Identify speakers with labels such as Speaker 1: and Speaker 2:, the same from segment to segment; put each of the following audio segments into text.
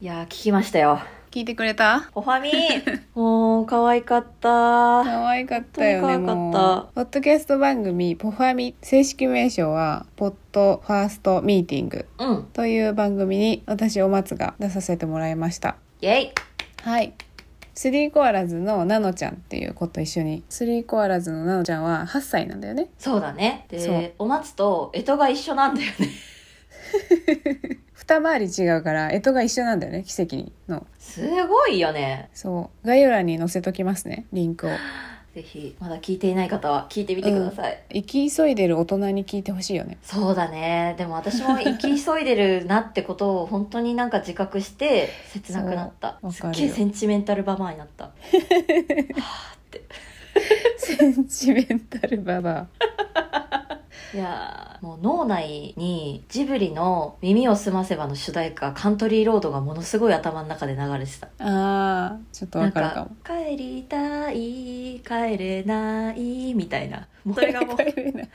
Speaker 1: いやー、聞きましたよ。
Speaker 2: 聞いてくれた
Speaker 1: ほ はみもう、可愛かった。
Speaker 2: 可愛かったよね
Speaker 1: 本当に
Speaker 2: も
Speaker 1: 可愛かった
Speaker 2: うポッドキャスト番組「ポファミ」正式名称は「ポッドファーストミーティング
Speaker 1: うん」。
Speaker 2: という番組に私お松が出させてもらいました
Speaker 1: イェイ
Speaker 2: はいスリーコアラズのナノちゃんっていう子と一緒にスリーコアラズのナノちゃんは8歳なんだよね
Speaker 1: そうだね。
Speaker 2: そう
Speaker 1: で、お松と干支が一緒なんだよ ね。
Speaker 2: 二回り違うから干支が一緒なんだよね奇跡の
Speaker 1: すごいよね。
Speaker 2: そう概要欄に載せときますねリンク を
Speaker 1: ぜひ、まだ聞いていない方は聞いてみてください。
Speaker 2: 生き急いでる大人に聞いてほしいよね
Speaker 1: そうだね。でも私も生き急いでるなってことを本当になんか自覚して切なくなった
Speaker 2: そう。わ
Speaker 1: す
Speaker 2: かるよ
Speaker 1: っげえセンチメンタルババアになった。
Speaker 2: センチメンタルババ
Speaker 1: いやーもう脳内にジブリの「耳をすませば」の主題歌「カントリーロード」がものすごい頭の中で流れてた
Speaker 2: アあーちょっと
Speaker 1: な
Speaker 2: わ
Speaker 1: ん
Speaker 2: かるか
Speaker 1: か
Speaker 2: も
Speaker 1: 「帰りたい帰れない」みたい なもうそれがもう
Speaker 2: 帰れない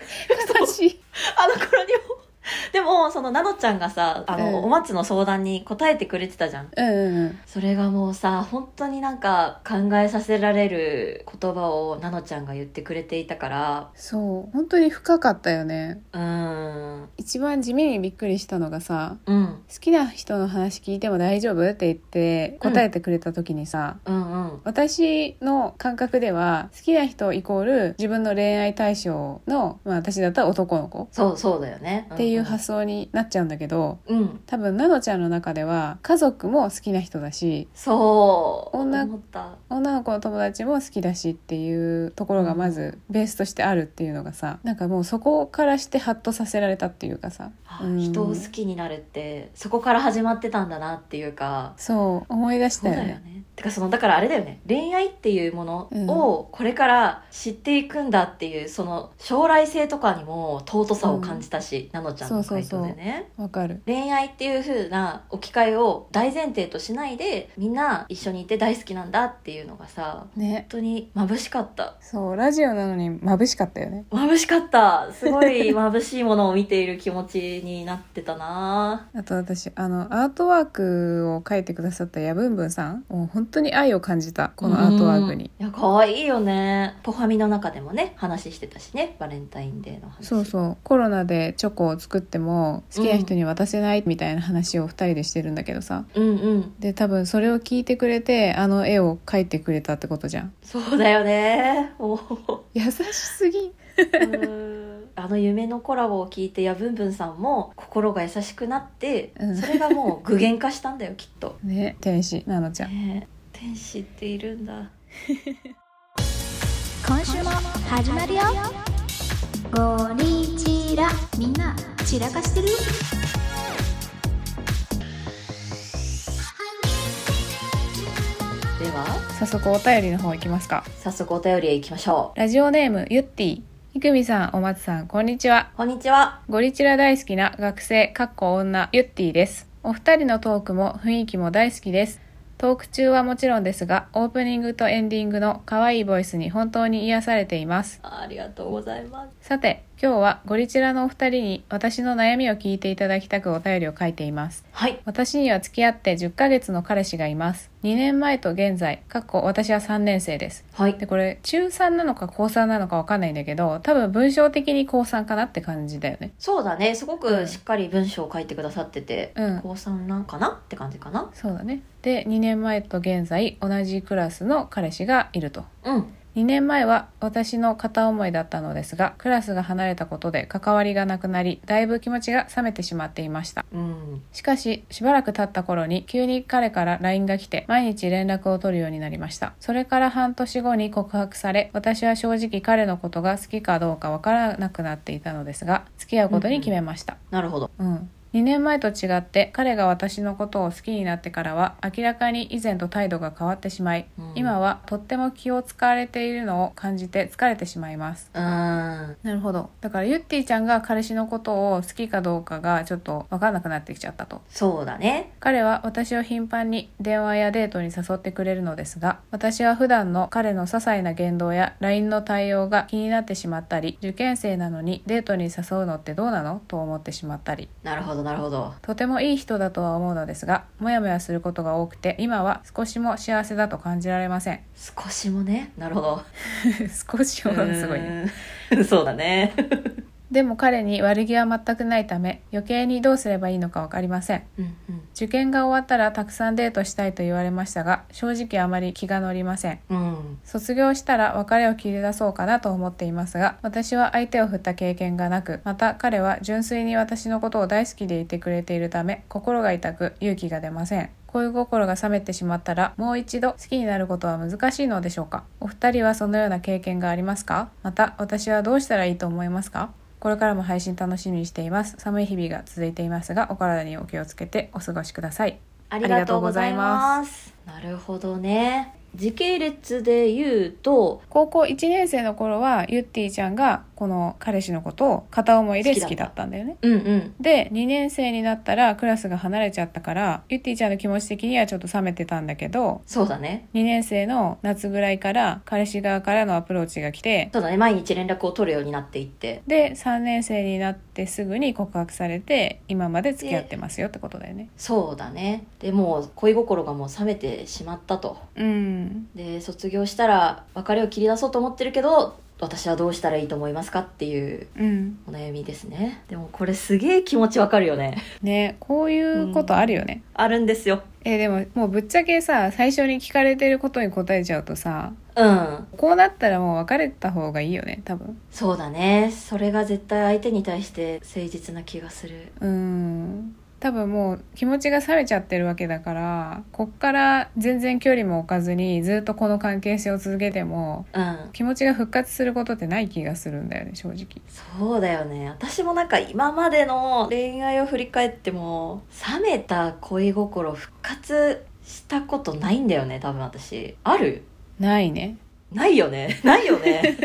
Speaker 2: 悲しい
Speaker 1: あの頃にも でもそのなのちゃんがさあの、
Speaker 2: うん
Speaker 1: お松の相談に答えてくれてたじゃん
Speaker 2: うんうん
Speaker 1: それがもうさ本当になんか考えさせられる言葉をなのちゃんが言ってくれていたから
Speaker 2: そう本当に深かったよね
Speaker 1: うーん
Speaker 2: 一番地味にびっくりしたのがさ
Speaker 1: うん
Speaker 2: 好きな人の話聞いても大丈夫って言って答えてくれた時にさ、
Speaker 1: うんうん
Speaker 2: 私の感覚では好きな人イコール自分の恋愛対象の、まあ、私だったら男の子
Speaker 1: そうそうだよね
Speaker 2: って
Speaker 1: う
Speaker 2: いう
Speaker 1: んうん
Speaker 2: 発想になっちゃうんだけど
Speaker 1: うん
Speaker 2: 多分なのちゃんの中では家族も好きな人だし
Speaker 1: そう
Speaker 2: 女
Speaker 1: 思った
Speaker 2: 女の子の友達も好きだしっていうところがまずベースとしてあるっていうのがさなんかもうそこからしてハッとさせられたっていうかさ
Speaker 1: あ
Speaker 2: うん
Speaker 1: 人を好きになるってそこから始まってたんだなっていうか
Speaker 2: そう思い出し
Speaker 1: そ
Speaker 2: た
Speaker 1: う
Speaker 2: よ
Speaker 1: だよ
Speaker 2: ね
Speaker 1: ねてかそのだからあれだよね恋愛っていうものをこれから知っていくんだっていう、その将来性とかにも尊さを感じたし、なのちゃんの回答でね
Speaker 2: そうわかる
Speaker 1: 恋愛っていう風な置き換えを大前提としないでみんな一緒にいて大好きなんだっていうのがさ
Speaker 2: ね
Speaker 1: 本当に眩しかった
Speaker 2: そうラジオなのに眩しかったよね
Speaker 1: 眩しかったすごい眩しいものを見ている気持ちになってたな
Speaker 2: あと私あのアートワークを描いてくださったやぶんぶんさんもう本当に愛を感じたこのアートワークに
Speaker 1: うんいや可愛いよねポファミの中でもね話してたしねバレンタインデーの話
Speaker 2: そうそうコロナでチョコを作っても好きな人に渡せないみたいな話を2人でしてるんだけどさ、
Speaker 1: うんうん
Speaker 2: で多分それを聞いてくれてあの絵を描いてくれたってことじゃん
Speaker 1: そうだよねもう
Speaker 2: 優しすぎ
Speaker 1: うんあの夢のコラボを聞いてやぶんぶんさんも心が優しくなって、
Speaker 2: うん
Speaker 1: それがもう具現化したんだよきっと、
Speaker 2: ね天使なのちゃん
Speaker 1: ねえ、天使っているんだ
Speaker 3: 今週も始まるよゴリチラみんな散らかしてる
Speaker 1: では
Speaker 2: 早速お便りの方行きますか
Speaker 1: 早速お便りへ行きましょ
Speaker 2: ラジオネームゆってぃひくみさんお松さんこんにちは
Speaker 1: うこんにちは
Speaker 2: ゴリチラ大好きな学生かっこ女ゆってぃですお二人のトークも雰囲気も大好きですトーク中はもちろんですがオープニングとエンディングの可愛いボイスに本当に癒されています
Speaker 1: あありがとうございます
Speaker 2: さて今日はゴリチラのお二人に私の悩みを聞いていただきたくお便りを書いています
Speaker 1: はい
Speaker 2: 私には付き合って10ヶ月の彼氏がいます2年前と現在かっこ私は3年生です
Speaker 1: はい
Speaker 2: でこれ中3なのか高3なのかわかんないんだけど多分文章的に高3かなって感じだよね
Speaker 1: そうだねすご
Speaker 2: う
Speaker 1: く
Speaker 2: ん
Speaker 1: しっかり文章を書いてくださってて、
Speaker 2: うん
Speaker 1: 高3なんかなって感じかな
Speaker 2: そうだねで2年前と現在同じクラスの彼氏がいると
Speaker 1: うん
Speaker 2: 2年前は私の片思いだったのですがクラスが離れたことで関わりがなくなりだいぶ気持ちが冷めてしまっていました
Speaker 1: うん
Speaker 2: しかししばらく経った頃に急に彼から LINE が来て毎日連絡を取るようになりましたそれから半年後に告白され私は正直彼のことが好きかどうかわからなくなっていたのですが付き合うことに決めました
Speaker 1: なるほど
Speaker 2: うん、2年前と違って彼が私のことを好きになってからは明らかに以前と態度が変わってしまい、
Speaker 1: うん
Speaker 2: 今はとっても気を使われているのを感じて疲れてしまいます
Speaker 1: うーん
Speaker 2: なるほどだからゆってぃちゃんが彼氏のことを好きかどうかがちょっと分かんなくなってきちゃったと
Speaker 1: そうだね
Speaker 2: 彼は私を頻繁に電話やデートに誘ってくれるのですが私は普段の彼の些細な言動や LINE の対応が気になってしまったり受験生なのにデートに誘うのってどうなのと思ってしまったり
Speaker 1: なるほどなるほど
Speaker 2: とてもいい人だとは思うのですがモヤモヤすることが多くて今は少しも幸せだと感じられません
Speaker 1: 少しもねなるほど
Speaker 2: 少しもすごいね
Speaker 1: うーんそうだね
Speaker 2: でも彼に悪気は全くないため余計にどうすればいいのか分かりません
Speaker 1: うんうん
Speaker 2: 受験が終わったらたくさんデートしたいと言われましたが正直あまり気が乗りません
Speaker 1: うん
Speaker 2: 卒業したら別れを切り出そうかなと思っていますが私は相手を振った経験がなくまた彼は純粋に私のことを大好きでいてくれているため心が痛く勇気が出ません恋心が冷めてしまったらもう一度好きになることは難しいのでしょうかお二人はそのような経験がありますかまた私はどうしたらいいと思いますかこれからも配信楽しみにしています寒い日々が続いていますがお体にお気をつけてお過ごしください
Speaker 1: あ
Speaker 2: りがとうございます
Speaker 1: なるほどね時系列で言うと
Speaker 2: 高校1年生の頃はゆってぃちゃんがこの彼氏のことを片思いで好きだったんだよね
Speaker 1: うんうん
Speaker 2: で2年生になったらクラスが離れちゃったからゆってぃちゃんの気持ち的にはちょっと冷めてたんだけど
Speaker 1: そうだね
Speaker 2: 2年生の夏ぐらいから彼氏側からのアプローチが来て
Speaker 1: そうだね毎日連絡を取るようになっていって
Speaker 2: で3年生になってすぐに告白されて今まで付き合ってますよってことだよね
Speaker 1: そうだねでもう恋心がもう冷めてしまったと
Speaker 2: うん
Speaker 1: で卒業したら別れを切り出そうと思ってるけど私はどうしたらいいと思いますかっていう
Speaker 2: うん
Speaker 1: お悩みですねでもこれすげえ気持ちわかるよね
Speaker 2: ねこういうことあるよね、
Speaker 1: あるんですよ
Speaker 2: えでももうぶっちゃけさ最初に聞かれてることに答えちゃうとさ
Speaker 1: うん
Speaker 2: こうなったらもう別れた方がいいよね多分
Speaker 1: そうだねそれが絶対相手に対して誠実な気がする
Speaker 2: うーん多分もう気持ちが冷めちゃってるわけだからこっから全然距離も置かずにずっとこの関係性を続けても
Speaker 1: うん
Speaker 2: 気持ちが復活することってない気がするんだよね正直
Speaker 1: そうだよね私もなんか今までの恋愛を振り返っても冷めた恋心復活したことないんだよね多分私ある
Speaker 2: ないね
Speaker 1: ないよね ないよね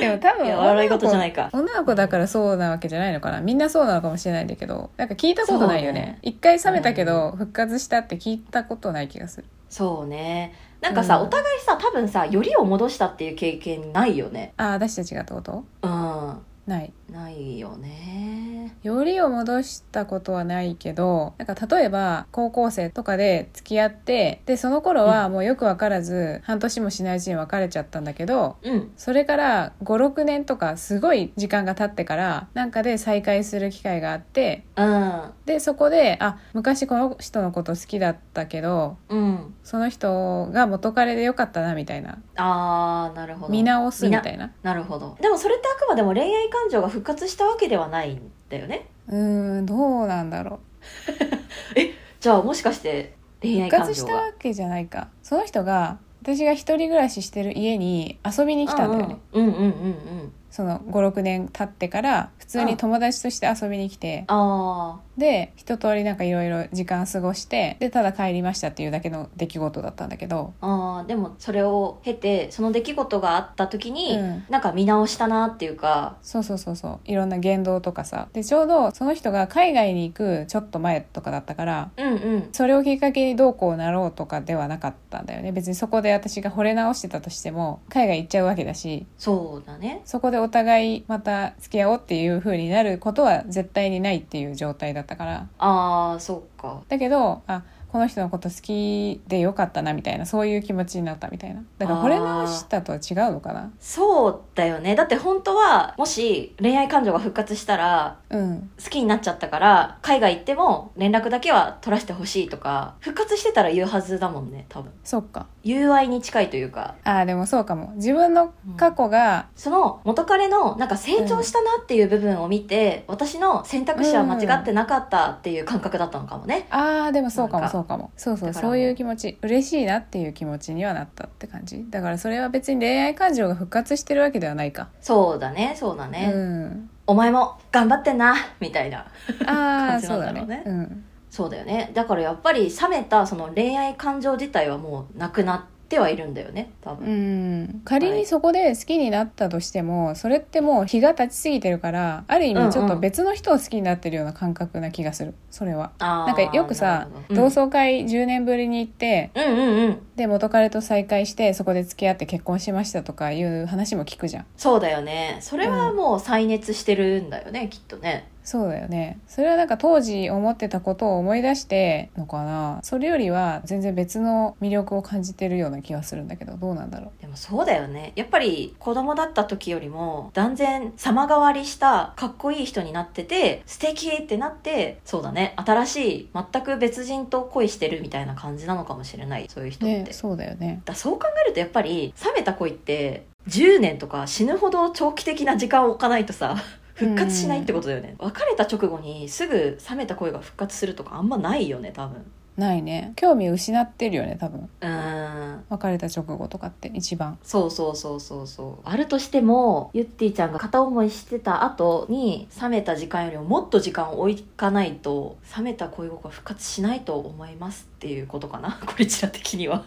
Speaker 2: でも多
Speaker 1: い
Speaker 2: 分
Speaker 1: や笑い事じゃないいか
Speaker 2: 女の子だからそうなわけじゃないのかなみんなそうなのかもしれないんだけどなんか聞いたことないよね
Speaker 1: そうね
Speaker 2: 一回冷めたけど復活したって聞いたことない気がする
Speaker 1: そうねなんかさ、
Speaker 2: う
Speaker 1: お
Speaker 2: ん
Speaker 1: 互いさ多分さよりを戻したっていう経験ないよね
Speaker 2: ああ私たちがってこと
Speaker 1: うん
Speaker 2: ない
Speaker 1: ないよね
Speaker 2: よりを戻したことはないけどなんか例えば高校生とかで付き合ってでその頃はもうよく分からず、半年もしないうちに別れちゃったんだけど
Speaker 1: うん
Speaker 2: それから56年とかすごい時間が経ってからなんかで再会する機会があって
Speaker 1: うん
Speaker 2: でそこであ昔この人のこと好きだったけど
Speaker 1: うん
Speaker 2: その人が元彼でよかったなみたいな
Speaker 1: あーなるほど
Speaker 2: 見直すみたいな
Speaker 1: なるほどでもそれってあくまでも恋愛感情が復活したわけではないんだよね
Speaker 2: うーんどうなんだろう
Speaker 1: じゃあもしかして恋愛
Speaker 2: 復
Speaker 1: 感
Speaker 2: 活
Speaker 1: 情
Speaker 2: した
Speaker 1: が
Speaker 2: わけじゃないかその人が私が一人暮らししてる家に遊びに来たんだよね、
Speaker 1: うんうんうんうんうん
Speaker 2: その56年経ってから普通に友達として遊びに来て、
Speaker 1: あ
Speaker 2: で一通りなんかいろいろ時間過ごしてでただ帰りましたっていうだけの出来事だったんだけど
Speaker 1: ーあーでもそれを経てその出来事があった時に、
Speaker 2: うん
Speaker 1: なんか見直したなっていうか
Speaker 2: そうそうそうそういろんな言動とかさでちょうどその人が海外に行くちょっと前とかだったから
Speaker 1: うんうん
Speaker 2: それをきっかけにどうこうなろうとかではなかったんだよね別にそこで私が惚れ直してたとしても海外行っちゃうわけだし
Speaker 1: そうだね
Speaker 2: そこでお互いまた付き合おうっていう風になることは絶対にないっていう状態だったから
Speaker 1: ああそうか
Speaker 2: だけどあこの人のこと好きでよかったなみたいなそういう気持ちになったみたいなだから惚れ直したとは違うのかな
Speaker 1: そうだよねだって本当はもし恋愛感情が復活したら
Speaker 2: うん
Speaker 1: 好きになっちゃったから海外行っても連絡だけは取らせてほしいとか復活してたら言うはずだもんね多分
Speaker 2: そっか
Speaker 1: 友愛に近いというか
Speaker 2: あーでもそうかも自分の過去が、
Speaker 1: その元彼のなんか成長したなっていう部分を見て、私の選択肢は間違ってなかったっていう感覚だったのかもね、
Speaker 2: あーでもそう
Speaker 1: な
Speaker 2: かも
Speaker 1: んか
Speaker 2: そうかもそうそう
Speaker 1: だから
Speaker 2: そういう気持ち嬉しいなっていう気持ちにはなったって感じだからそれは別に恋愛感情が復活してるわけではないか、
Speaker 1: そうだねそうだね、
Speaker 2: うん
Speaker 1: お前も頑張ってんなみたいな
Speaker 2: ああ
Speaker 1: 感じ
Speaker 2: そ
Speaker 1: な
Speaker 2: うん
Speaker 1: だ
Speaker 2: だ
Speaker 1: ろうね
Speaker 2: ねうん
Speaker 1: そうだよねだからやっぱり冷めたその恋愛感情自体はもうなくなってはいるんだよね多分、
Speaker 2: うん、仮にそこで好きになったとしても、それってもう日が経ちすぎてるからある意
Speaker 1: うんうん
Speaker 2: 味ちょっと別の人を好きになってるような感覚な気がするそれは
Speaker 1: あー
Speaker 2: なんかよくさ
Speaker 1: なるほどうん
Speaker 2: 同窓会10年ぶりに行って
Speaker 1: うんうんうん
Speaker 2: で元彼と再会してそこで付き合って結婚しましたとかいう話も聞くじゃん
Speaker 1: そうだよねそれはもう再熱してるんだよねきっとね
Speaker 2: そうだよねそれはなんか当時思ってたことを思い出してのかなそれよりは全然別の魅力を感じてるような気がするんだけどどうなんだろう
Speaker 1: でもそうだよねやっぱり子供だった時よりも断然様変わりしたかっこいい人になってて素敵ってなってそうだね新しい全く別人と恋してるみたいな感じなのかもしれないそういう人って、
Speaker 2: ねそうだよね
Speaker 1: だそう考えるとやっぱり冷めた恋って10年とか死ぬほど長期的な時間を置かないとさ復活しないってことだよね、別れた直後にすぐ冷めた恋が復活するとかあんまないよね多分
Speaker 2: ないね興味失ってるよね多分
Speaker 1: うーん
Speaker 2: 別れた直後とかって一番
Speaker 1: そうそうそうそうそうあるとしてもゆってぃちゃんが片思いしてた後に冷めた時間よりももっと時間を置かないと冷めた恋心は復活しないと思いますっていうことかな これちら的には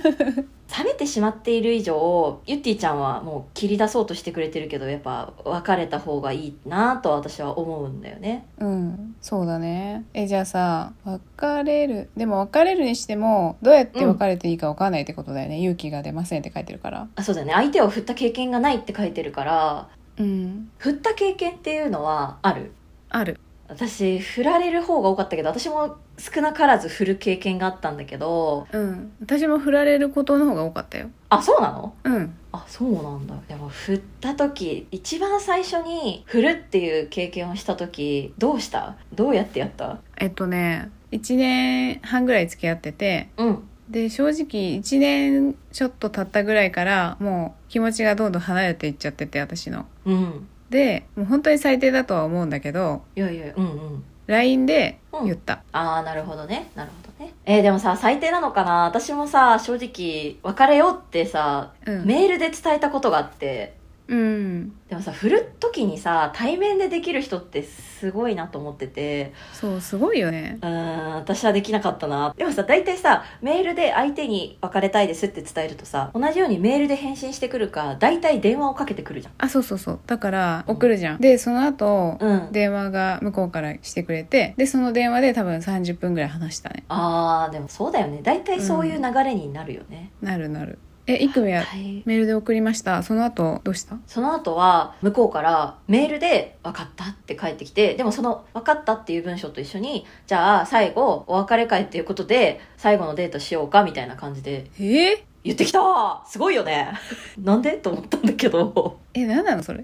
Speaker 1: 冷めてしまっている以上ゆってぃちゃんはもう切り出そうとしてくれてるけどやっぱ別れた方がいいなと私は思うんだよね
Speaker 2: うんそうだねえじゃあさ別れるでも別れるにしてもどうやって別れていいか分かんないってことだよね、勇気が出ませんって書いてるから
Speaker 1: あそうだよね相手を振った経験がないって書いてるから
Speaker 2: うん
Speaker 1: 振った経験っていうのはある
Speaker 2: ある
Speaker 1: 私振られる方が多かったけど私も少なからず振る経験があったんだけど
Speaker 2: うん私も振られることの方が多かったよ
Speaker 1: あそうなの
Speaker 2: うん
Speaker 1: あそうなんだでも振った時一番最初に振るっていう経験をした時どうしたどうやってやった
Speaker 2: えっとね1年半ぐらい付き合ってて
Speaker 1: うん
Speaker 2: で正直1年ちょっと経ったぐらいからもう気持ちがどんどん離れていっちゃってて私の
Speaker 1: うん
Speaker 2: でもう本当に最低だとは思うんだけど
Speaker 1: いやいやうんうん
Speaker 2: LINE で
Speaker 1: うん
Speaker 2: 言った、
Speaker 1: ああなるほどねなるほどねえーでもさ最低なのかな私もさ正直別れようってさ
Speaker 2: うん
Speaker 1: メールで伝えたことがあって
Speaker 2: うん
Speaker 1: でもさ振る時にさ対面でできる人ってすごいなと思ってて
Speaker 2: そうすごいよね
Speaker 1: うーん私はできなかったなでもさ大体さメールで相手に別れたいですって伝えるとさ同じようにメールで返信してくるか大体電話をかけてくるじゃん
Speaker 2: あそうそうそうだから送るじゃんでその後、
Speaker 1: うん
Speaker 2: 電話が向こうからしてくれてでその電話で多分30分ぐらい話したね
Speaker 1: あーでもそうだよね大体そういう流れになるよね、
Speaker 2: なるなるえいくみは
Speaker 1: はい
Speaker 2: メールで送りましたその後どうした
Speaker 1: その後は向こうからメールで「分かった」って返ってきてでもその「分かった」っていう文章と一緒に「じゃあ最後お別れ会っていうことで最後のデートしようか」みたいな感じで
Speaker 2: えー、
Speaker 1: 言ってきたすごいよね なんでと思ったんだけど
Speaker 2: え何なのそれ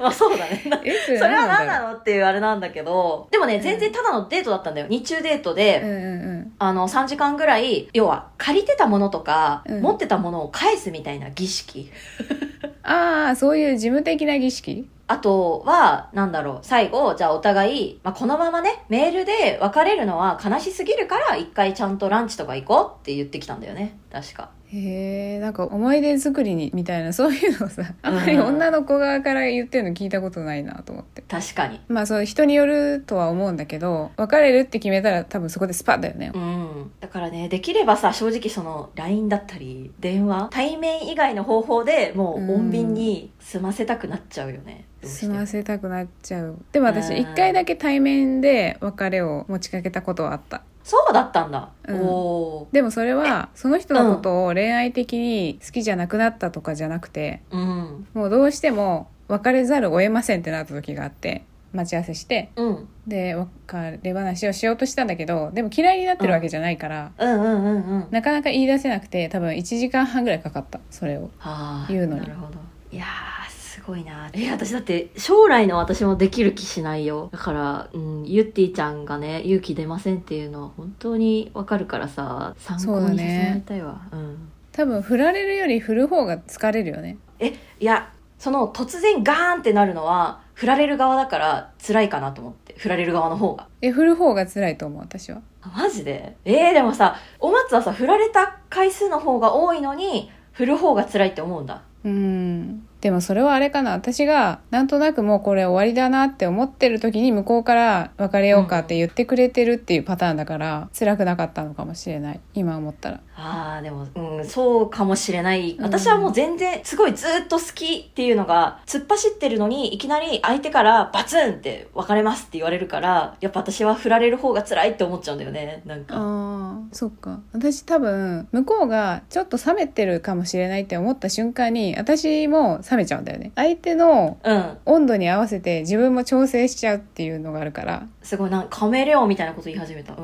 Speaker 1: まあそうだね
Speaker 2: えそ
Speaker 1: それは
Speaker 2: な
Speaker 1: 何
Speaker 2: んだろ
Speaker 1: なのっていうあれなんだけど、でもね、
Speaker 2: ん
Speaker 1: 全然ただのデートだったんだよ。日中デート
Speaker 2: うう
Speaker 1: で、
Speaker 2: んうん
Speaker 1: あの、3時間ぐらい、要は、借りてたものとか、
Speaker 2: うん
Speaker 1: 持ってたものを返すみたいな儀式。
Speaker 2: うんああそういう事務的な儀式
Speaker 1: あとは、なんだろう、最後、じゃあお互い、まあ、このままね、メールで別れるのは悲しすぎるから、一回ちゃんとランチとか行こうって言ってきたんだよね。確か。
Speaker 2: へえんか思い出作りにみたいなそういうのをさあんまり
Speaker 1: うん
Speaker 2: 女の子側から言ってるの聞いたことないなと思って
Speaker 1: 確かに。
Speaker 2: まあそう人によるとは思うんだけど別れるって決めたら多分そこでスパッだよね
Speaker 1: うん。だからね、できればさ、正直その、LINE だったり、電話、対面以外の方法でもう、穏便に済ませたくなっちゃうよね。どうして
Speaker 2: 済
Speaker 1: も
Speaker 2: ませたくなっちゃうでも私
Speaker 1: うん
Speaker 2: 一回だけ対面で別れを持ちかけたことはあった
Speaker 1: そうだったんだ。
Speaker 2: うん
Speaker 1: お
Speaker 2: でもそれはその人のことを恋愛的に好きじゃなくなったとかじゃなくて
Speaker 1: ー。うん。
Speaker 2: もうどうしても別れざるを得ませんってなった時があって待ち合わせして
Speaker 1: うん。うん
Speaker 2: で別れ話をしようとしたんだけどでも嫌いになってるわけじゃないから、
Speaker 1: うんうんうん。
Speaker 2: なかなか言い出せなくて多分1時間半ぐらいかかったそれを
Speaker 1: あー
Speaker 2: 言うのに
Speaker 1: なるほど。いやー、すごいな。え、私だって、将来の私もできる気しないよ。だから、うん、ゆってぃちゃんがね、勇気出ませんっていうのは本当にわかるからさ、参考にさせてもらいたいわ。うん。
Speaker 2: 多分振られるより振る方が疲れるよね
Speaker 1: えいやその突然ガーンってなるのは振られる側だから辛いかなと思って振られる側の方が
Speaker 2: え振る方が辛いと思う私は
Speaker 1: あマジでえー、でもさお松はさ振られた回数の方が多いのに振る方が辛いって思うんだ
Speaker 2: うんでもそれはあれかな私がなんとなくもうこれ終わりだなって思ってる時に向こうから別れようかって言ってくれてるっていうパターンだから辛くなかったのかもしれない今思ったら
Speaker 1: あーでも、うん、そうかもしれない私はもう全然すごいずっと好きっていうのが突っ走ってるのにいきなり相手からバツンって別れますって言われるからやっぱ私は振られる方が辛いって思っちゃうんだよねなんか
Speaker 2: あーそっか私多分向こうがちょっと冷めてるかもしれないって思った瞬間に私も冷めちゃうんだよね相手の
Speaker 1: うん
Speaker 2: 温度に合わせて自分も調整しちゃうっていうのがあるから
Speaker 1: すごいなんかカメレオンみたいなこと言い始めたう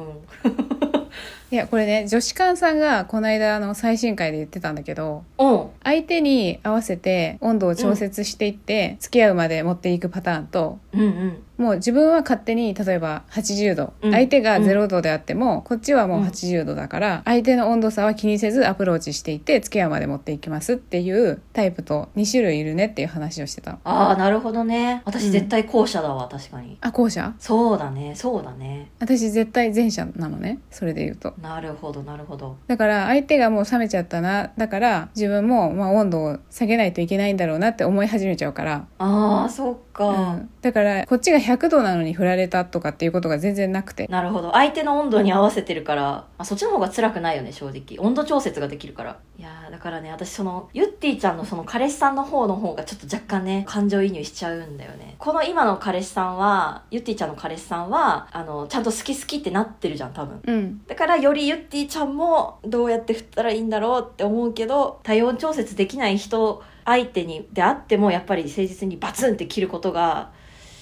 Speaker 1: ん
Speaker 2: いやこれね女子館さんがこの間の最新回で言ってたんだけど
Speaker 1: うん
Speaker 2: 相手に合わせて温度を調節していって付き合うまで持っていくパターンと
Speaker 1: うんうん
Speaker 2: もう自分は勝手に例えば80度、
Speaker 1: うん
Speaker 2: 相手が
Speaker 1: うん
Speaker 2: 0度であっても、こっちはもう
Speaker 1: うん
Speaker 2: 80度だから、相手の温度差は気にせずアプローチしていって付き合うまで持っていきますっていうタイプと2種類いるねっていう話をしてた
Speaker 1: ああなるほどね
Speaker 2: う
Speaker 1: 私
Speaker 2: ん
Speaker 1: 絶対後者だわ確かに
Speaker 2: あ後者
Speaker 1: そうだねそうだね
Speaker 2: 私絶対前者なのねそれで言うと
Speaker 1: なるほどなるほど
Speaker 2: だから相手がもう冷めちゃったなだから自分もまあ温度を下げないといけないんだろうなって思い始めちゃうから、
Speaker 1: ああそっか、
Speaker 2: うんだからこっちが100度なのに振られたとかっていうことが全然なくて
Speaker 1: なるほど相手の温度に合わせてるからあそっちの方が辛くないよね正直温度調節ができるからいやーだからね私そのゆってぃちゃんのその彼氏さんの方の方がちょっと若干ね感情移入しちゃうんだよねこの今の彼氏さんはゆってぃちゃんの彼氏さんはあのちゃんと好き好きってなってるじゃん多分
Speaker 2: うん
Speaker 1: だからよりゆってぃちゃんもどうやって振ったらいいんだろうって思うけど体温調節できない人相手にであってもやっぱり誠実にバツンって切ることが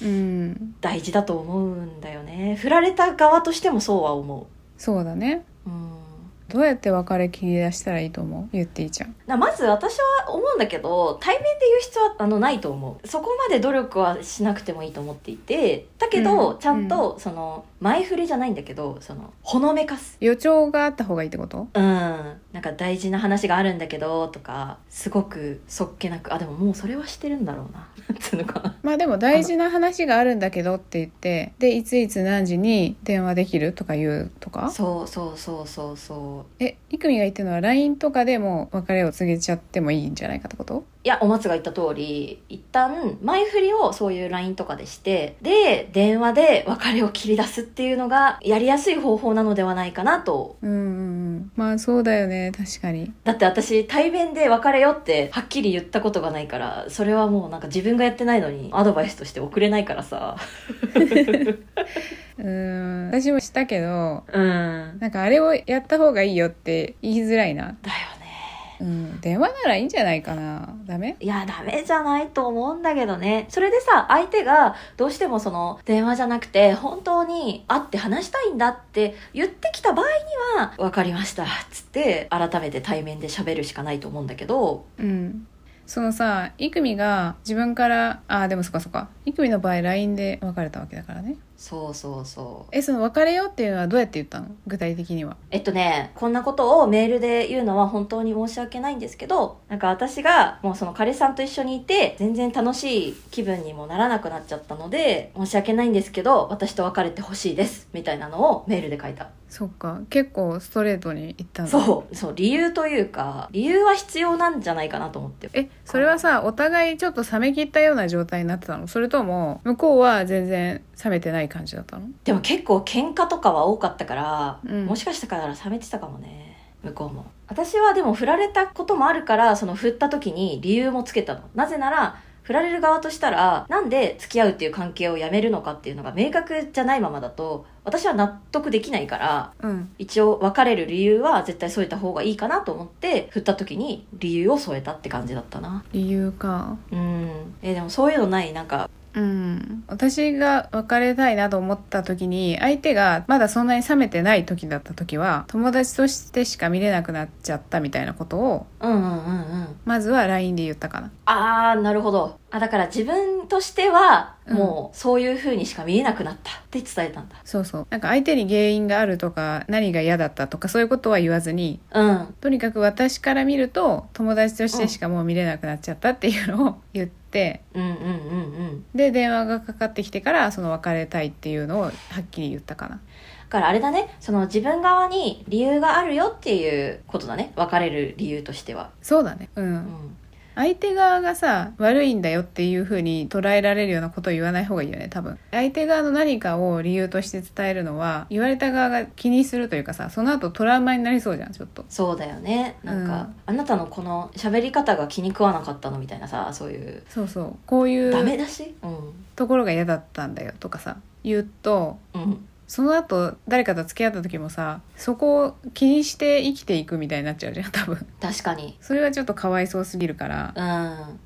Speaker 2: うん
Speaker 1: 大事だと思うんだよね振られた側としてもそうは思う
Speaker 2: そうだね
Speaker 1: うん
Speaker 2: どうやって別れ切り出したらいいと思うゆってぃちゃん
Speaker 1: なまず私は思うんだけど対面で言う必要はあのないと思うそこまで努力はしなくてもいいと思っていてだけど、
Speaker 2: うん
Speaker 1: ちゃんとその前振りじゃないんだけどそのほのめかす
Speaker 2: 予兆があった方がいいってこと
Speaker 1: うんなんか大事な話があるんだけどとかすごくそっけなくあでももうそれはしてるんだろうななんつうのかな
Speaker 2: まあでも大事な話があるんだけどって言ってでいついつ何時に電話できるとか言うとか
Speaker 1: そうそうそうそうそう
Speaker 2: えいくみが言ってるのは LINE とかでも別れを告げちゃってもいいんじゃないかってこと
Speaker 1: いや、お松が言った通り、一旦、前振りをそういう LINE とかでして、で、電話で別れを切り出すっていうのが、やりやすい方法なのではないかなと。
Speaker 2: うんうんうんまあそうだよね確かに
Speaker 1: だって私、対面で別れよって、はっきり言ったことがないから、それはもうなんか自分がやってないのに、アドバイスとして送れないからさ。
Speaker 2: うん私もしたけど
Speaker 1: うん。だよね。
Speaker 2: なんかあれをやった方がいいよって言いづらいなうん電話ならいいんじゃないかなダメ
Speaker 1: いや、ダメじゃないと思うんだけどね。それでさ、相手がどうしてもその電話じゃなくて、本当に会って話したいんだって言ってきた場合には、わかりました。つって、改めて対面で喋るしかないと思うんだけど、
Speaker 2: うんそのさいくみが自分からあーでもそっかそっかいくみの場合 LINE で別れたわけだからね
Speaker 1: そうそうそう。
Speaker 2: えその別れようっていうのはどうやって言ったの具体的には
Speaker 1: えっとね、こんなことをメールで言うのは本当に申し訳ないんですけど、なんか私がもうその彼氏さんと一緒にいて、全然楽しい気分にもならなくなっちゃったので、申し訳ないんですけど、私と別れてほしいです。みたいなのをメールで書いた。
Speaker 2: そっか結構ストレートに言ったんだ
Speaker 1: そうそう理由というか理由は必要なんじゃないかなと思って
Speaker 2: えそれはさお互いちょっと冷め切ったような状態になってたのそれとも向こうは全然冷めてない感じだったの
Speaker 1: でも結構喧嘩とかは多かったから、
Speaker 2: うん
Speaker 1: もしかしたら冷めてたかもね向こうも私はでも振られたこともあるからその振った時に理由もつけたのなぜなら振られる側としたらなんで付き合うっていう関係をやめるのかっていうのが明確じゃないままだと私は納得できないから
Speaker 2: うん
Speaker 1: 一応別れる理由は絶対添えた方がいいかなと思って振った時に理由を添えたって感じだったな
Speaker 2: 理由か
Speaker 1: うんえでもそういうのないなんか
Speaker 2: うん私が別れたいなと思った時に相手がまだそんなに冷めてない時だった時は友達としてしか見れなくなっちゃったみたいなことを
Speaker 1: うんうんうんうん
Speaker 2: まずは LINE で言ったかな
Speaker 1: ああなるほどあだから自分としては
Speaker 2: うん
Speaker 1: もうそういう風にしか見えなくなったって伝えたんだ
Speaker 2: そうそうなんか相手に原因があるとか何が嫌だったとかそういうことは言わずに
Speaker 1: うん
Speaker 2: とにかく私から見ると友達としてしかもう見れなくなっちゃったっていうのを 言って
Speaker 1: うんうんうんうん
Speaker 2: で電話がかかってきてからその別れたいっていうのをはっきり言ったかな
Speaker 1: だからあれだねその自分側に理由があるよっていうことだね別れる理由としては
Speaker 2: そうだねうん、
Speaker 1: うん
Speaker 2: 相手側がさ悪いんだよっていう風に捉えられるようなことを言わない方がいいよね多分相手側の何かを理由として伝えるのは言われた側が気にするというかさその後トラウマになりそうじゃんちょっと
Speaker 1: そうだよねなんか、
Speaker 2: うん
Speaker 1: あなたのこの喋り方が気に食わなかったのみたいなさそういう
Speaker 2: そうそうこう
Speaker 1: ダ
Speaker 2: い
Speaker 1: メ
Speaker 2: う
Speaker 1: 出しうん
Speaker 2: ところが嫌だったんだよとかさ言うと
Speaker 1: うん、
Speaker 2: その後誰かと付き合った時もさそこを気にして生きていくみたいになっちゃうじゃん 多分
Speaker 1: 確かに
Speaker 2: それはちょっとかわいそうすぎるから
Speaker 1: うん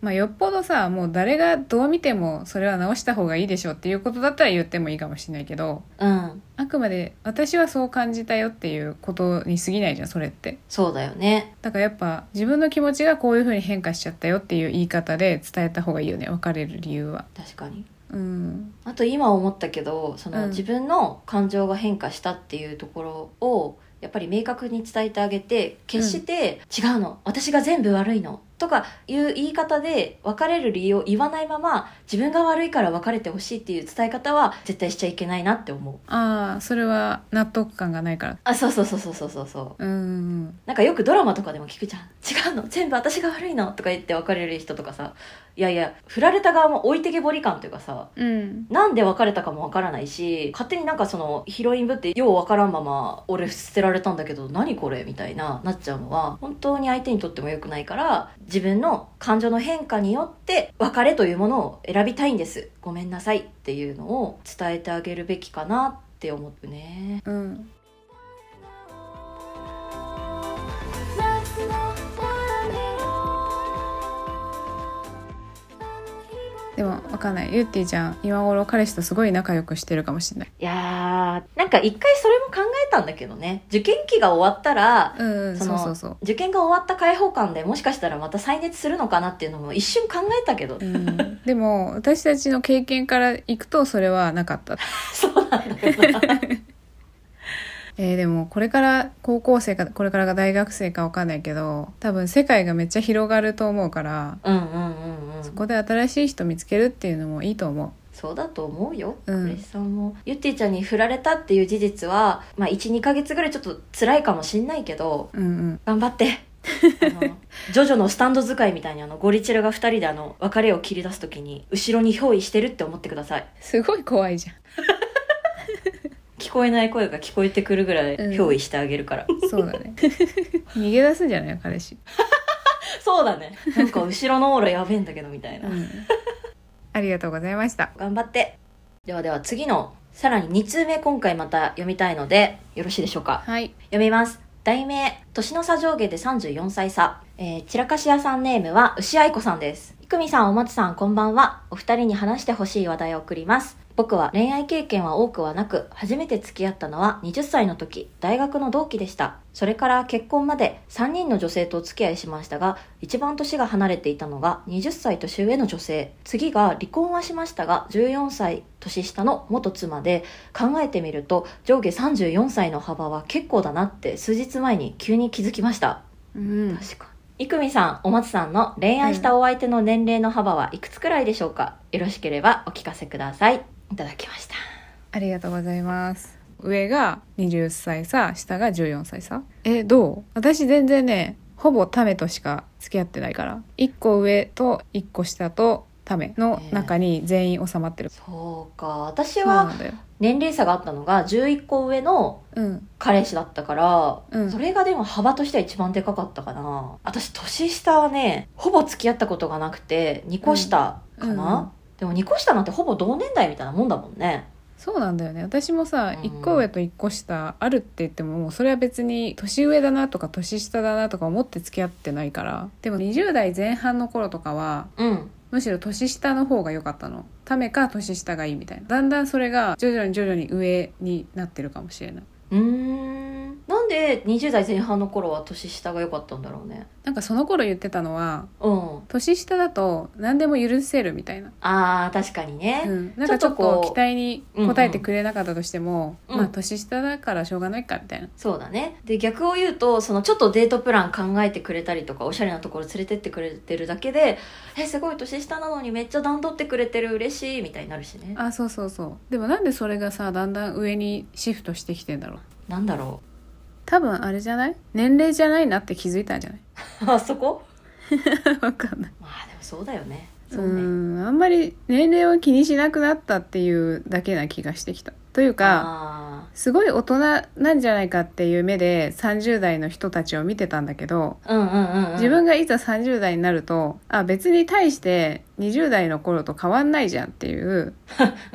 Speaker 2: まあよっぽどさもう誰がどう見てもそれは直した方がいいでしょうっていうことだったら言ってもいいかもしれないけど
Speaker 1: うん
Speaker 2: あくまで私はそう感じたよっていうことに過ぎないじゃんそれって
Speaker 1: そうだよね
Speaker 2: だからやっぱ自分の気持ちがこういう風に変化しちゃったよっていう言い方で伝えた方がいいよね別れる理由は
Speaker 1: 確かに
Speaker 2: うん
Speaker 1: あと今思ったけどその、
Speaker 2: うん
Speaker 1: 自分の感情が変化したっていうところをやっぱり明確に伝えてあげて決して「違うの私が全部悪いの」とかいう言い方で別れる理由を言わないまま自分が悪いから別れてほしいっていう伝え方は絶対しちゃいけないなって思う
Speaker 2: ああそれは納得感がないから
Speaker 1: あそうそうそうそうそうそうそう
Speaker 2: うん
Speaker 1: なんかよくドラマとかでも聞くじゃん「違うの全部私が悪いの」とか言って別れる人とかさいやいや振られた側も置いてけぼり感というかさ
Speaker 2: うん
Speaker 1: なんで別れたかもわからないし勝手になんかそのヒロインぶってようわからんまま俺捨てられたんだけど何これみたいななっちゃうのは本当に相手にとっても良くないから自分の感情の変化によって別れというものを選びたいんですごめんなさいっていうのを伝えてあげるべきかなって思うね
Speaker 2: うんでもわかんないゆってぃちゃん今頃彼氏とすごい仲良くしてるかもしれない
Speaker 1: いやーなんか一回それも考えたんだけどね受験期が終わったら
Speaker 2: うんうん
Speaker 1: そ
Speaker 2: そう
Speaker 1: の
Speaker 2: そうそう
Speaker 1: 受験が終わった解放感でもしかしたらまた再熱するのかなっていうのも一瞬考えたけど
Speaker 2: うんでも私たちの経験からいくとそれはなかった、
Speaker 1: そうなんだよな
Speaker 2: えーでもこれから高校生かこれからが大学生かわかんないけど多分世界がめっちゃ広がると思うから
Speaker 1: うんうんうんうん
Speaker 2: そこで新しい人見つけるっていうのもいいと思
Speaker 1: そうだと思うよ、
Speaker 2: うん
Speaker 1: クリスさんもゆってぃちゃんに振られたっていう事実は、まあ、12ヶ月ぐらいちょっと辛いかもしんないけど
Speaker 2: ううんうん
Speaker 1: 頑張ってあ のジョジョのスタンド使いみたいにあのゴリチラが2人であの別れを切り出す時に後ろに憑依してるって思ってください
Speaker 2: すごい怖いじゃん
Speaker 1: 聞こえない声が聞こえてくるぐらい
Speaker 2: うん
Speaker 1: 憑依してあげる から、
Speaker 2: そうだね逃げ出すんじゃない彼氏、
Speaker 1: そうだねなんか後ろのオーラやべえんだけどみたいな、
Speaker 2: うん、ありがとうございました
Speaker 1: 頑張ってではでは次のさらに2通目今回また読みたいのでよろしいでしょうか
Speaker 2: はい
Speaker 1: 読みます題名年の差上下で34歳差、えー、散らかし屋さんネームは牛愛子さんですいくみさんお松さんこんばんはお二人に話してほしい話題を送ります僕は恋愛経験は多くはなく初めて付き合ったのは20歳の時大学の同期でしたそれから結婚まで3人の女性とお付き合いしましたが一番年が離れていたのが20歳年上の女性次が離婚はしましたが14歳年下の元妻で考えてみると上下34歳の幅は結構だなって数日前に急に気づきました
Speaker 2: うん
Speaker 1: 確かに生美さんお松さんの恋愛したお相手の年齢の幅はいくつくらいでしょうか、よろしければお聞かせくださいいただきました
Speaker 2: ありがとうございます。上が20歳差、下が14歳差。え、どう私全然ね、ほぼタメとしか付き合ってないから。1個上と1個下とタメの中に全員収まってる。
Speaker 1: そうか私
Speaker 2: そうな
Speaker 1: は
Speaker 2: んだよ。
Speaker 1: 年齢差があったのが11個上の
Speaker 2: うん。
Speaker 1: 彼氏だったから、
Speaker 2: うん
Speaker 1: それがでも幅としては一番でかかったかな私年下はねほぼ付き合ったことがなくて2個下かな、でも2個下なんてほぼ同年代みたいなもんだもんね
Speaker 2: そうなんだよね。私もさ、
Speaker 1: うん
Speaker 2: 1個上と1個下あるって言っても、もうそれは別に年上だなとか年下だなとか思って付き合ってないから。でも20代前半の頃とかは、
Speaker 1: うん
Speaker 2: むしろ年下の方が良かったのためか年下がいいみたいなだんだんそれが徐々に徐々に上になってるかもしれないう
Speaker 1: ーんなんで20代前半の頃は年下が良かったんだろうね
Speaker 2: なんかその頃言ってたのは
Speaker 1: うん
Speaker 2: 年下だと何でも許せるみたいな、
Speaker 1: あー確かにね、
Speaker 2: うん、なんかちょっと期待に応えてくれなかったとしても、
Speaker 1: うんうん
Speaker 2: まあ年下だからしょうがないかみたいな
Speaker 1: そうだねで逆を言うとそのちょっとデートプラン考えてくれたりとかおしゃれなところ連れてってくれてるだけで「えすごい年下なのにめっちゃ段取ってくれてる嬉しい」みたいになるしね
Speaker 2: あそうそうそうでもなんでそれがさだんだん上にシフトしてきてんだろう
Speaker 1: なんだろ
Speaker 2: 多分あれじゃない年齢じゃないなって気づいたんじゃないう
Speaker 1: あそこ
Speaker 2: わかんない
Speaker 1: まあでもそうだよね
Speaker 2: う
Speaker 1: そうね
Speaker 2: んあんまり年齢を気にしなくなったっていうだけな気がしてきたというか
Speaker 1: あ
Speaker 2: すごい大人なんじゃないかっていう目で30代の人たちを見てたんだけど
Speaker 1: ーうんうんうん、うん、
Speaker 2: 自分がいざ30代になるとあ別に対して20代の頃と変わんないじゃんっていう
Speaker 1: う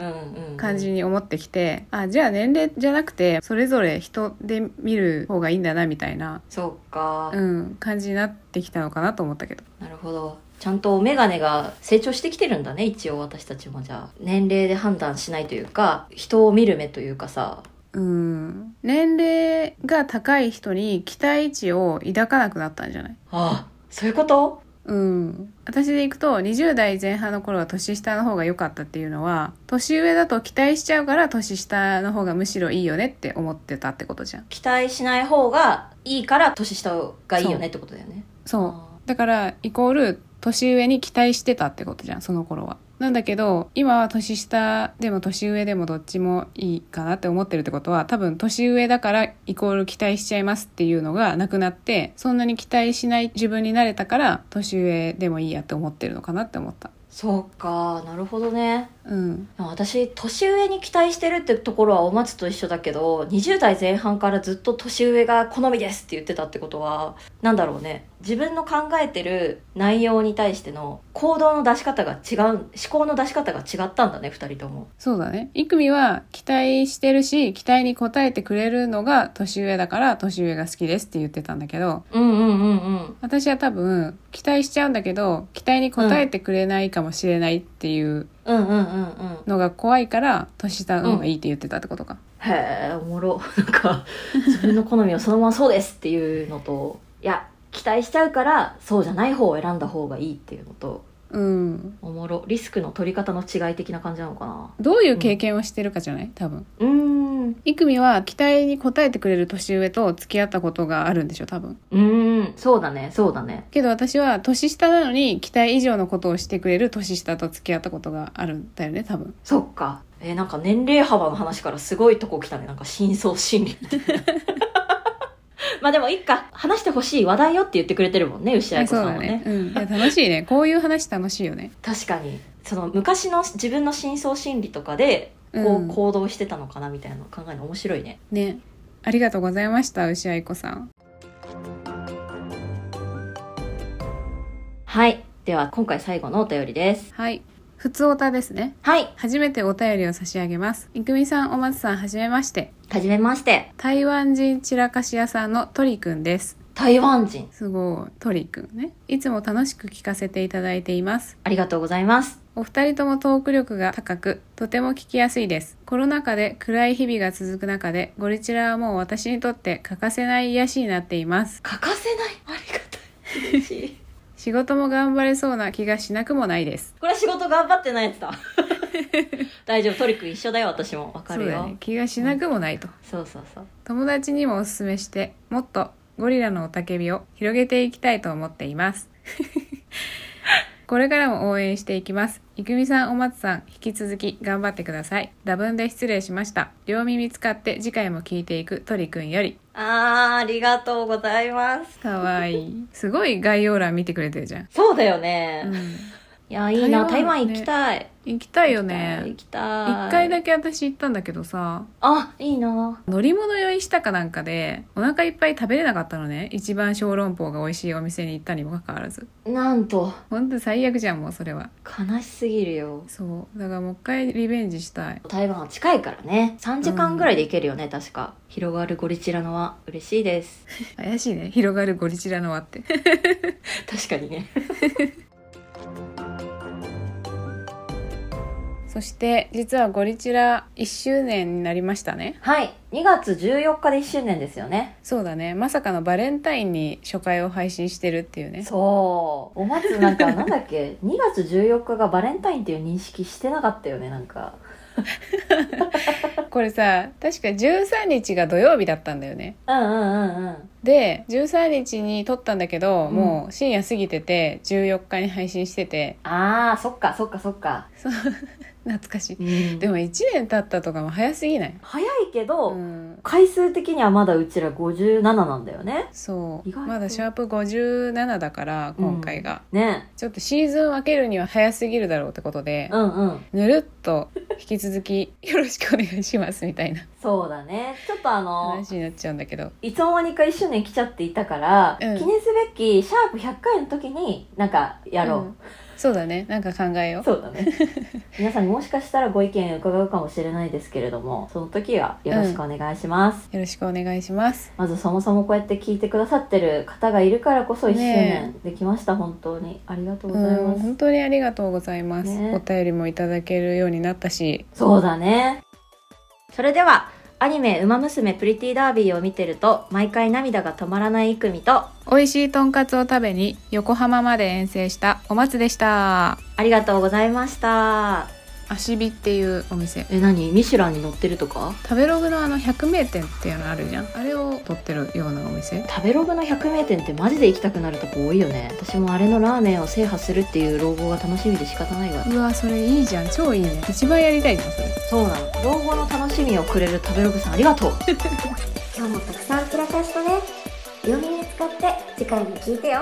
Speaker 1: んうん
Speaker 2: 感じに思ってきてあじゃあ年齢じゃなくてそれぞれ人で見る方がいいんだなみたいな、
Speaker 1: そうか、
Speaker 2: うん、感じになってきたのかなと思ったけど
Speaker 1: なるほどちゃんとメガネが成長してきてるんだね一応私たちもじゃあ年齢で判断しないというか人を見る目というかさ
Speaker 2: うん年齢が高い人に期待値を抱かなくなったんじゃない
Speaker 1: ああそういうこと
Speaker 2: うん、私でいくと20代前半の頃は年下の方が良かったっていうのは年上だと期待しちゃうから年下の方がむしろいいよねって思ってたってことじゃん
Speaker 1: 期待しない方がいいから年下がいいよねってことだよね
Speaker 2: そう
Speaker 1: あ
Speaker 2: だからイコール年上に期待してたってことじゃんその頃はなんだけど今は年下でも年上でもどっちもいいかなって思ってるってことは多分年上だからイコール期待しちゃいますっていうのがなくなってそんなに期待しない自分になれたから年上でもいいやって思ってるのかなって思った
Speaker 1: ーそうかなるほどね
Speaker 2: うん
Speaker 1: でも私年上に期待してるってところはお松と一緒だけど20代前半からずっと年上が好みですって言ってたってことはなんだろうね自分の考えてる内容に対しての行動の出し方が違う思考の出し方が違ったんだね2人とも
Speaker 2: そうだね。イクミは期待してるし、期待に応えてくれるのが年上だから年上が好きですって言ってたんだけど、
Speaker 1: うんうんうんうん
Speaker 2: 私は多分期待しちゃうんだけど、期待に応えてくれないかもしれないっていう
Speaker 1: うんうんうんうん
Speaker 2: のが怖いから、年下の方がいいって言ってたってことか。
Speaker 1: へえおもろ なんか自分の好みをそのままそうですっていうのといや期待しちゃうからそうじゃない方を選んだ方がいいっていうのと
Speaker 2: うん。
Speaker 1: おもろリスクの取り方の違い的な感じなのかな
Speaker 2: どういう経験をしてるかじゃない多分。
Speaker 1: うーんう
Speaker 2: イクミは期待に応えてくれる年上と付き合ったことがあるんでしょ多分。
Speaker 1: ーんそうだねそうだね
Speaker 2: けど私は年下なのに期待以上のことをしてくれる年下と付き合ったことがあるんだよね多分。
Speaker 1: そっかえーなんか年齢幅の話からすごいとこ来たねなんか深層心 理みたいなまあでもいっか話してほしい話題よって言ってくれてるもんね牛
Speaker 2: あ
Speaker 1: 愛子
Speaker 2: そう
Speaker 1: さんは
Speaker 2: だ
Speaker 1: ね
Speaker 2: ね。うん。いや楽しいね。こういう話楽しいよね。
Speaker 1: 確かにその昔の自分の深層心理とかでこ
Speaker 2: うん
Speaker 1: う行動してたのかなみたいなの考えるの面白いね、
Speaker 2: ね。ありがとうございました、牛愛子さん。
Speaker 1: はいでは今回最後のお便りです
Speaker 2: はい。普通おたですね。
Speaker 1: はい
Speaker 2: 初めてお便りを差し上げます。いくみさん、お松さん、はじめまして。
Speaker 1: はじめまして
Speaker 2: 台湾人散らかし屋さんのトリくんです。
Speaker 1: 台湾人
Speaker 2: すごい。トリくんね。いつも楽しく聞かせていただいています。
Speaker 1: ありがとうございます
Speaker 2: お二人ともトーク力が高く、とても聞きやすいです。コロナ禍で暗い日々が続く中で、ゴリチラはもう私にとって欠かせない癒しになっています。
Speaker 1: 欠かせないありがたい嬉しい
Speaker 2: 仕事も頑張れそうな気がしなくもないです。
Speaker 1: これは仕事頑張ってないやつ だ大丈夫トリック一緒だよ私もわか
Speaker 2: そう
Speaker 1: る
Speaker 2: だ
Speaker 1: よそう,、
Speaker 2: よね。気がしなくもないと。
Speaker 1: そうそうそう
Speaker 2: 友達にもおすすめして、もっとゴリラのおたけびを広げていきたいと思っています。 これからも応援していきます。いくみさん、お松さん、引き続き頑張ってください。ダブンで失礼しました。両耳使って次回も聞いていく鳥くんより。
Speaker 1: あーありがとうございます
Speaker 2: かわいい。すごい概要欄見てくれてるじゃん。
Speaker 1: そうだよね、
Speaker 2: う
Speaker 1: い
Speaker 2: ん、
Speaker 1: やいいな
Speaker 2: 台
Speaker 1: 台
Speaker 2: 湾
Speaker 1: 湾
Speaker 2: ね
Speaker 1: 行きたい
Speaker 2: 行きたいよ
Speaker 1: 行
Speaker 2: ね。
Speaker 1: きたい行きたい
Speaker 2: 一回だけ私行ったんだけどさ、
Speaker 1: あいいな
Speaker 2: 乗り物酔いしたかなんかでお腹いっぱい食べれなかったのね一番小籠包が美味しいお店に行ったにもかかわらず
Speaker 1: なんと
Speaker 2: ほんと最悪じゃんもうそれは
Speaker 1: 悲しすぎるよ
Speaker 2: そうだからもう一回リベンジしたい
Speaker 1: 台湾は近いからね3時間ぐらいで行けるよね、確か広がるゴリチラのは嬉しいです
Speaker 2: 怪しいね広がるゴリチラの輪って
Speaker 1: 確かにね
Speaker 2: そして実はゴリチラ1周年になりましたね
Speaker 1: はい2月14日で1周年ですよね
Speaker 2: そうだねまさかのバレンタインに初回を配信してるっていうね
Speaker 1: そうお松なんかなんだっ け2月14日がバレンタインっていう認識してなかったよねなんか
Speaker 2: これさ確か13日が土曜日だったんだよね
Speaker 1: うんうんうんうん
Speaker 2: で13日に撮ったんだけど、
Speaker 1: うん
Speaker 2: もう深夜過ぎてて14日に配信してて
Speaker 1: あーそっかそっかそっか
Speaker 2: そう懐かしい
Speaker 1: うん
Speaker 2: でも1年経ったとかも早すぎない
Speaker 1: 早いけど、
Speaker 2: うん
Speaker 1: 回数的にはまだうちら57なんだよね
Speaker 2: そう
Speaker 1: 意外と
Speaker 2: まだシャープ57だから今回が、
Speaker 1: ね
Speaker 2: ちょっとシーズン分けるには早すぎるだろうってことで、
Speaker 1: うんうん
Speaker 2: ぬるっと引き続きよろしくお願いしますみたいな
Speaker 1: そうだねちょっとあの
Speaker 2: 話になっちゃうんだけど
Speaker 1: いつの間にか1周年来ちゃっていたから、
Speaker 2: うん
Speaker 1: 記念すべきシャープ100回の時になんかやろう、
Speaker 2: んそうだねなんか考えよう
Speaker 1: そうだね 皆さんもしかしたらご意見伺うかもしれないですけれどもその時はよろしくお願いします、
Speaker 2: よろしくお願いします
Speaker 1: まずそもそもこうやって聞いてくださってる方がいるからこそ1周
Speaker 2: ね
Speaker 1: 年できました、本当にありがとう
Speaker 2: う
Speaker 1: ござい
Speaker 2: ん
Speaker 1: ます、
Speaker 2: 本当にありがとうございます、
Speaker 1: ね
Speaker 2: お便りもいただけるようになったし
Speaker 1: そうだねそれではアニメ「ウマ娘プリティダービー」を見てると毎回涙が止まらないイクミとあ
Speaker 2: 美味しいとんかつを食べに横浜まで遠征したお松でした
Speaker 1: りがとうございました
Speaker 2: 足火っていうお店
Speaker 1: え何ミシュランに載ってるとか
Speaker 2: 食べログのあの百名店っていうのあるじゃんあれを取ってるようなお店
Speaker 1: 食べログの百名店ってマジで行きたくなるとこ多いよね私もあれのラーメンを制覇するっていう老後が楽しみで仕方ないわ
Speaker 2: うわそれいいじゃん超いいね一番やりたいじゃんそれ
Speaker 1: そうなの老後の楽しみをくれる食べログさんありがとう
Speaker 4: 今日もたくさんプラカストね読みに使って次回も聞いてよ